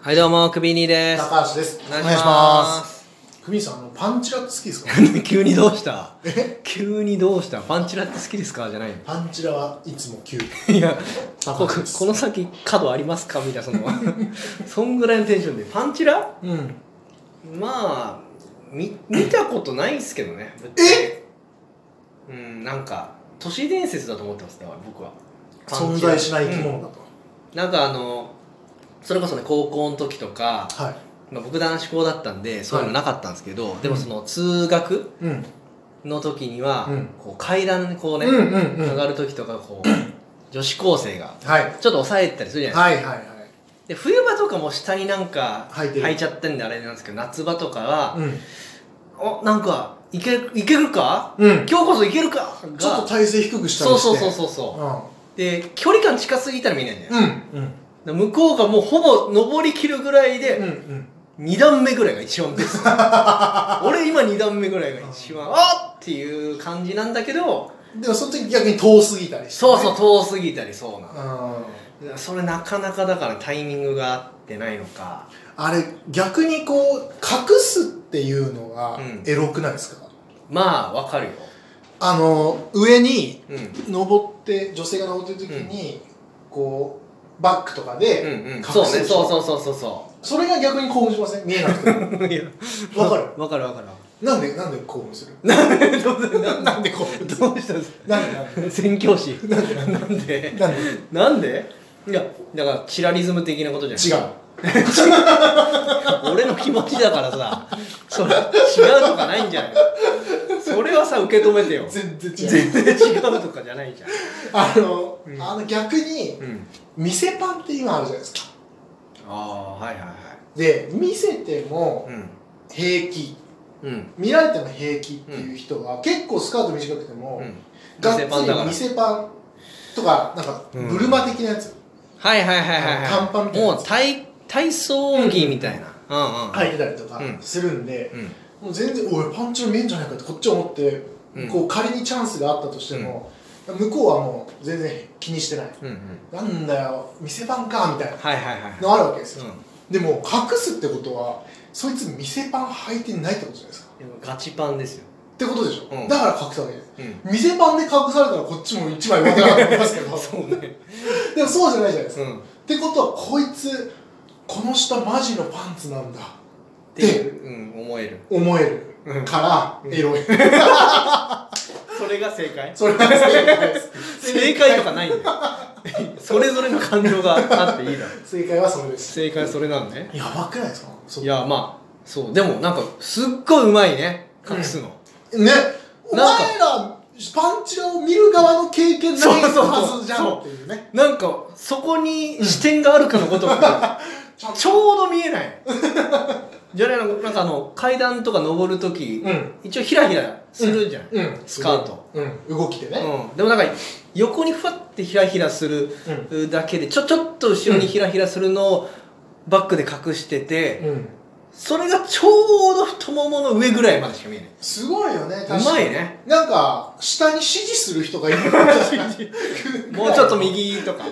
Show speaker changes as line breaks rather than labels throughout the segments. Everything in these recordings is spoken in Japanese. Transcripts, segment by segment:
はいどうもクビニーです
高橋です。
お願いします
す。クミさん、あのパンチラって好きですか
急にどうした
え
急にどうしたパンチラって好きですかじゃないの
パンチラ はいつも9。
いや
高
こ
橋です
この先角ありますかみたいなその そんぐらいのテンションでパンチラ
うん。
まあみ見たことないっすけどね
え
うんなんか都市伝説だと思ってますだから僕はパン
存
チラ
在しない生き物だと。
うんなんかあのそれこそね高校の時とか、
はい。
まあ、僕男子校だったんでそういうのなかったんですけど、でもその通学、
うん。
の時には、
うん
こう階段にこうね、
うんうんうん。
上がる時とかこう 女子高生が
はい。
ちょっと抑えてたりするじゃないですか、
はいはいはい。
で冬場とかも下になんか
履いてる
いちゃってんであれなんですけど夏場とかは
うん。
「おなんかいけいけるか
うん。
今日こそいけるかが」
ちょっと体勢低くした
そう
りして。
そうそうそうそう
う
で距離感近すぎたら見えないんだよ、
ん。うん。
で向こうがもうほぼ登りきるぐらいで、
うん。うん。
2段目ぐらいが一番ベ スト俺今2段目ぐらいが一番あっっていう感じなんだけど
でもその時逆に遠すぎたりして、
そうそう。遠すぎたりそうな
うん。
それなかなかだからタイミングが合ってないのか
あれ、逆にこう、隠すっていうのが
うん
エロくないですか、
まあわかるよ
あの、上に
うんうん
登って女性が登ってる時に、こうバックとかで、
うん
隠す
そうね
でし
そ
ょ
うそうそうそうそ
それが逆に興奮しません見えなくても
ういや
わかる
わかるわかる
なんでなんで興奮する
どう
なんで興奮する
どうしたんです
なんでなんで
か宣教師なんで
なんで
なんでいやだからチラリズム的なことじゃない
違う
俺の気持ちだからさそれ違うとかないんじゃないそれはさ受け止めてよ
全然違う
全然違うとかじゃないじゃん
あの、
うん
あの逆に
うん
店パンって今あるじゃないですか
ああはいはいは
で見せても
い
平気
うんうん
見られても平気っていう人は、結構スカート短くても、
うん
がっつ
店パンだから
り店パンとかなんか
うん
ブルマ的なやつ
はいはいはいはい、はい、
短パンみたいなや
も
つ
う体体操着みたいな、うん、うんうん
履いてたりとか
うん
するんで、
うん
もう全然おいパンチの見えんじゃないかってこっちは思って、
うん
こう仮にチャンスがあったとしても、向こうはもう全然気にしてない
うんうん
なんだよ店番かみたいな
はいはいはい
のあるわけです
う
よ、
ん
でも隠すってことはそいつ店番履いてないってことじゃないですか
でもガチパンですよ、
ってことでしょ、
うん
だから隠すわけです
うん、
店番で隠されたらこっちも一枚上手だと思いますけ ど
そうね
でもそうじゃないじゃないですか、
うんっ
ってことはこいつこの下マジのパンツなんだ
ていう、うん、思える、
思える
うん、
から、
うん
エロい
それが正解
それは正解です
正解とかないんだよ それぞれの感情があっていいだろ
正解はそれです
正解それなんね
やばくないですかそう
いやまあそうでもなんかすっごいうまいね隠すの、
ねお
なんか
前らパンチラを見る側の経験ないはずじゃ
そ
ん
う
っていうね
なんかそこに視点があるかのごとく、
ちゃんと
ちょうど見えないじゃないのなんかあの階段とか登るとき、
ん
一応ヒラヒラするじゃん、
うん
スカート
うん動きでね
うんでもなんか横にふわってヒラヒラする
うん
だけでちょちょっと後ろにヒラヒラするのをバックで隠してて、
うん
それがちょうど太ももの上ぐらいまでしか見えない
すごいよね
う
確
ま
か
い
に
ね
なんか下に指示する 人がいる
もうちょっと右とか
こ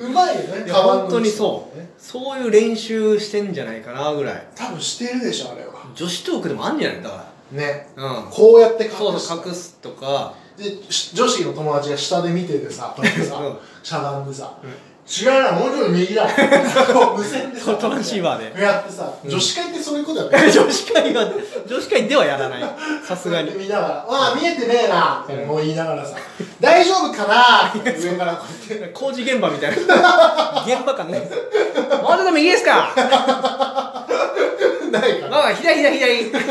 ううまいよね
いや本当に
カバンの
そ
後ろね
うそういう練習してんじゃないかなぐらい
多分してるでしょあれは
女子トークでもあんじゃないだか
ね
らうん
こうやって隠
そう
す
そう隠すとか
でし女子の友達が下で見ててさこうやってさ
うん
しゃがんでさ
うん
「違うなもうちょっと右だ」こう無線 でさ
トランシーバーで
やってさ
うん
女子会ってそういうことやって
女子会は女子会ではやらないさすがに
見ながら「わあ見えてねえな」ってもう言いながらさ「大丈夫かな?」って上からこうやって
工事現場みたいな現場感ないですもうちょっと右ですか
ないから
ああ左左左
ないか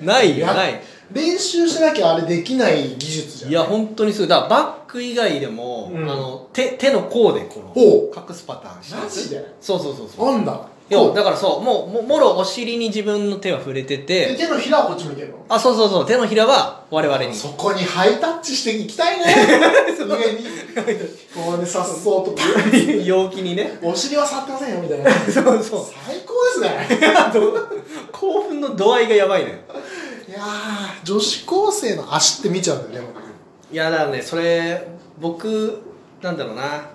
ら
ないよないい
練習しなきゃあれできない技術じゃん
いや本当にすごいだからバック以外でも、
うん
あの手手の甲でこ
ほ
の隠すパターンして
マジで
そうそうそうそう
なんだ
いや
こう
だからそうもうももろお尻に自分の手は触れて
で
て
手のひらはこっち向いてるの
あそうそうそう手のひらは我々に
そこにハイタッチしていきた いね上にこうねさっそうと
陽気にね
お尻は触ってませんよみたいな
そうそう
最高ですね
興奮の度合いがやばいの、よ
いやー女子高生の足って見ちゃうんだよね
いやだからねそれ僕なんだろうな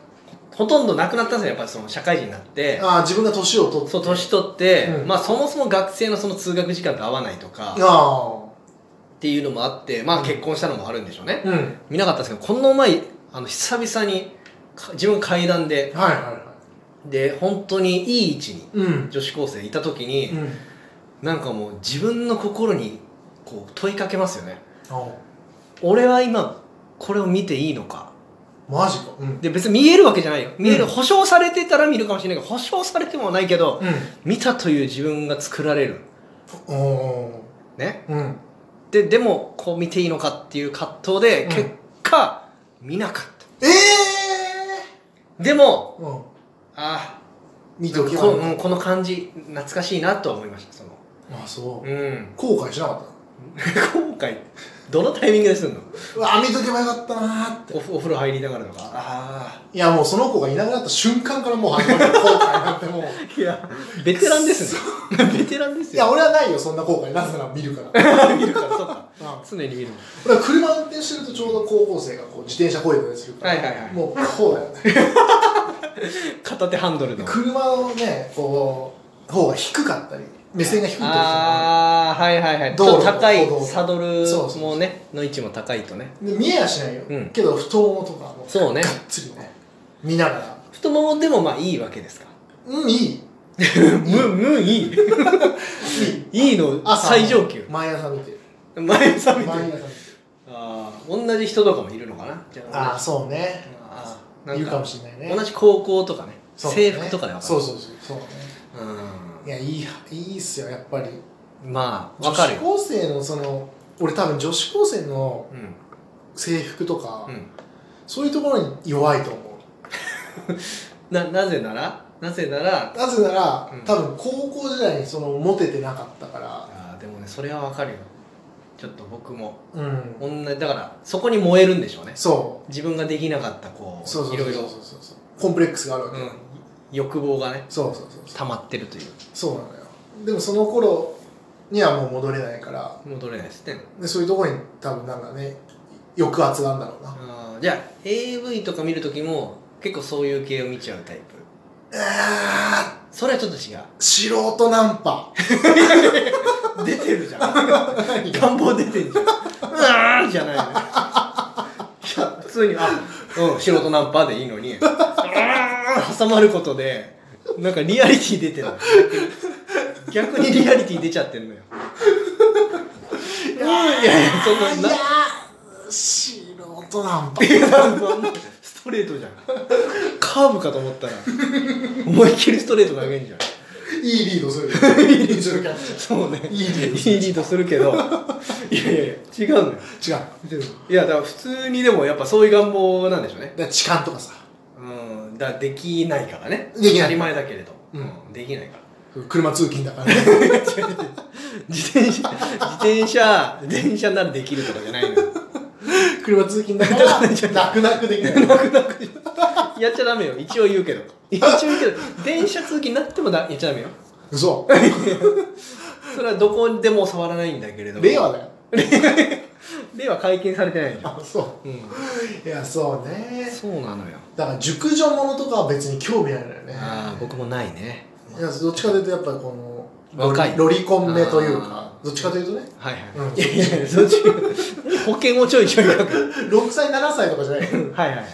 ほとんどなくなったんですよやっぱりその社会人になって
ああ自分が年を取って
そう年取って、
うん
まあそもそも学生のその通学時間と合わないとか
ああ
っていうのもあってまあ結婚したのもあるんでしょうね、
うん
見なかったんですけどこの前あの久々にか自分階段で
はいはいは
で本当にいい位置に
いうん
女子高生いた時に、
うん
なんかもう自分の心にこう問いかけますよね
あ
俺は今これを見ていいのか
マジかうん
で別に見えるわけじゃないよ見える、
うん
保証されてたら見るかもしれないけど保証されてもないけど
う
見たという自分が作られる
んお
ね
ーうん
ででもこう見ていいのかっていう葛藤で、
うん
結果見なかっ
ええ
たでも
ー、うん
あ
見て
ー
お
こ,、
けばよかっ
うん、この感じ懐かしいなとは思いましたその
たああそう
うん
後悔しなかっ
今回どのタイミングでするの
たうわ見とけばよかったなーって
おお風呂入りながらとかあ
いやもうその子がいなくなった瞬間からもう始まる後悔なんてもう
あいやベテランですね ベテランです
いや
よ
俺はないよそんな後悔なぜなら見る から、う ん、
見るからそうか常に見るもん
俺は車運転してるとちょうど高校生がこう自転車保育でするから、
はいはいはい
もうこうだよね
片手ハンドルの
車のねこう方が低かったり目線が低いってことです
ああはいはいはいち
道
ょっ
路
と高い
歩道
サドル
そうそう
もねの位置も高いとね
よねで見えやしないよ、
うん
けど太ももとかも
そうね
がっつりね見ながら
太ももでもまあいいわけですか
うんいい
むむ いいいいの
朝
最上級
毎朝見てる
前朝み
毎
た
朝
い
見
な
てる
あー同じ人とかもいるのかなじゃ
ああそうね
あー
言うかも
し
しれない
れ
ね
同じ高校とかね
そうね
制服とかで分かる
そうそうそうそうね
う
いやいいいいっすよやっぱり
んまあ
女
分かる
子
よ、
高生のその俺多分女子高生の
うん
制服とか、
うん、
そういうところに弱いと思う
ななぜならなぜなら
なぜなら、
うん
多分高校時代にそのモテてなかったか
あーでもねそれは分かるよちょっと僕も
らうん
同じだからそこに燃えるんでしょうね
そ
自分ができなかったこ
う
う
そうそう
い
そう
ろ
そう
いろ、
そうそうコンプレックスがあるわけ、
うん、欲望がね
そうそうそうそう
溜まってるという
そうなのよでもその頃にはもう戻れないから
戻れないですね
でそういうところに多分なんかね抑圧があるんだろうな
あーじゃあ AV とか見る時も結構そういう系を見ちゃうタイプ
あ
それはちょっと違う
ー素人ナン パ
出てるじゃん 願望出てんじゃんうーんじゃないのよいや普通にあうん素人ナンパでいいのにうーん挟まることでなんかリアリティ出てるの逆に逆にリアリティ出ちゃってんのようん いやいやそん
い
な
や
な
ー素人ナンパ
ストレートじゃんカーブかと思ったら思いっきりストレート投げんじゃん
いいリードするいいリードする
そうね
いいリード
いいリードするけどいやいやいや違うのよ
違うだか
いやだから普通にでもやっぱそういう願望なんでしょうね
ら痴漢とかさ
うんだからできないからね
できない
当たり前だけれど、
うん
できないから
車通勤だからね
自転車自転車 自転車ならできるとかじゃないのよ
車通勤だから泣く泣くできない
やっちゃダメよ一応言うけど一応言うけど電車通勤になってもだやっちゃダメよ
嘘
それはどこでも触らないんだけれども
令和だよ
令和解禁されてないじゃん、
あそ
うん、
ういやそうね
そうなのよ
だから熟女ものとかは別に興味ないのよね
ああ僕もないね
いやどっちかというとやっぱりこのロ
若い
リロリコン目というか
あー
どっちかというとね
はいはい、
うん
いやいやいやそっち保険をちょいちょい書く
6歳7歳とかじゃない
はいはい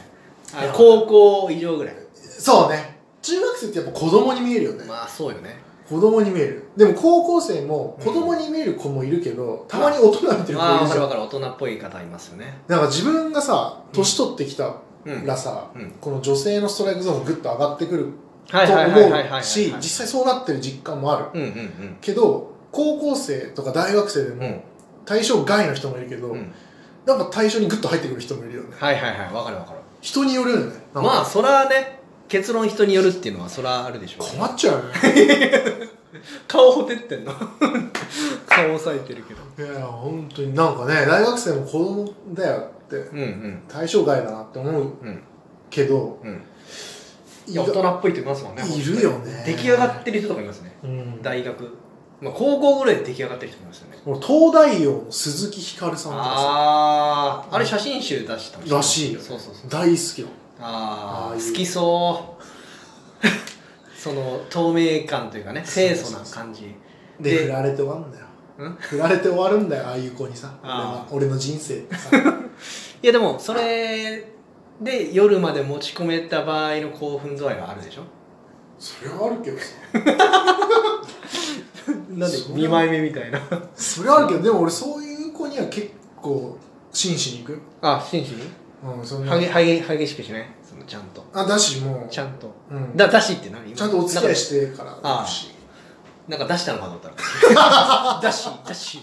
あ高校以上ぐらい
そうね中学生ってやっぱ子供に見えるよね
まあそうよね
子供に見えるでも高校生も子供に見える子もいるけど、たまに大人見てる子
まあ分か
いるじ
る
ゃ
分
ん
かる大人っぽい方いますよね
なんか自分がさ年取ってきた
うん
らさ、
うん
この女性のストライクゾーンがぐっと上がってくると
はいはいはいはいはい
思
は
う
い
し実際そうなってる実感もあ
う
る、
んうんうん
けど高校生とか大学生で
う
も
ん
対象外の人もいるけど、
うん
なんか対象にグッと入ってくる人もいるよね
はいはいはい分かる分かる
人によるよねなんか
まあそらね結論人によるっていうのはそらあるでしょうね
困っちゃうよね
顔ほてってんの顔押さえてるけど
いや本当になんかね大学生も子供だよって
うんうん
対象外だなって思う
うん
けど
うん
い
いや大人っぽいって言いますもんね
いるよね
出来上がってる人とかいますね
うん
大学まあ高校ぐらいで出来上がってる人いますよね
俺東大王の鈴木ひかるさんとかさ
あああれ写真集出した
らしいよ
そうそうそう
大好きよ
ああ
ああ
あ
いう
好きそう その透明感というかね清楚な感じ
で振られて終わるんだよ
ん
振られて終わるんだよああいう子にさ俺
あ
は俺の人生ってさ
いやでもそれで夜まで持ち込めた場合の興奮度合いはあるでしょ
それはあるけどさ
なんで
それは
2枚目みたいな
それはあるけどでも俺そういう子には結構真摯にいくよ
あ真摯に
うんそんな
激激激しくしないそのちゃんと
あだしもう
ちゃんと
うん
だ出しって何今
ちゃんとお付き合いしてからだし
なんかなんか出したのかと思ったら 出し出し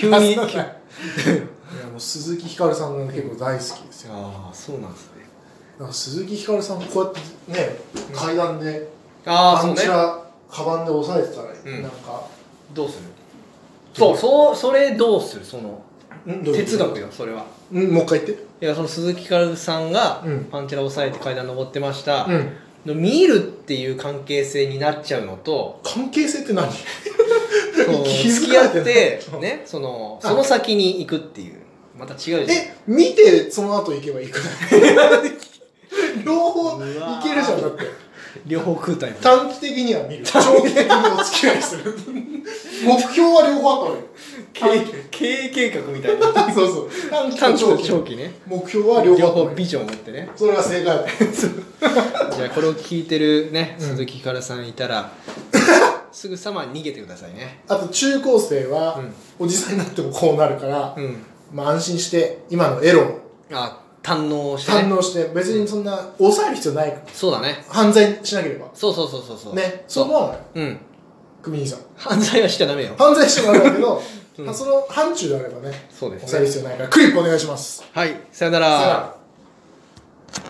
急に急
出さないいやもう鈴木ひかるさんが結構大好きですよ
ああそうなんですね
だから鈴木ひかるさんこうやってね階段で
ああ
パ
そ
ン
う
チ
ね
ラカバンで押さえてたら
ん
なんか
どうするそうそうそれどうするその
んどういうこと
哲学よそれは
うんもう一回言って
いやその鈴木ひかるさんが
うん
パンチラ押さえて階段登ってました、
うん
の見るっていう関係性になっちゃうの と
関係性って何
その
気
付
づ
き
かれ
合
てる
って、ね、そのその先に行くっていうまた違うじゃん
え見てその後行けばいいくない両方行けるじゃんだって
両方食うタイプ
短期的には見る長期的にお付き合いする目標は両方あったのよ
経営計画みた いな
短期そうそう短期
短期と
と長期
長期ね
目標は両
両
方あったの
方
よ
ビジョンを持ってね
それが正解だった
じゃあこれを聞いてるね
うん
鈴木ひかるさんいたらすぐさま逃げてくださいね
あと中高生はおじさんになってもこうなるから、
うん
まあ、安心して今のエロを
あ堪能して、 ね、
堪能して別にそんな抑える必要ないから
そうだね
犯罪しなければ
そうそうそうそうそう
ねそう思わない
うん
クミニさん
犯罪はしちゃダメよ
犯罪してもらうんだけど、
うん
まあその範疇であればね
そうです
抑える必要ないからクリップお願いします
はいさよな
さよ
ら
なら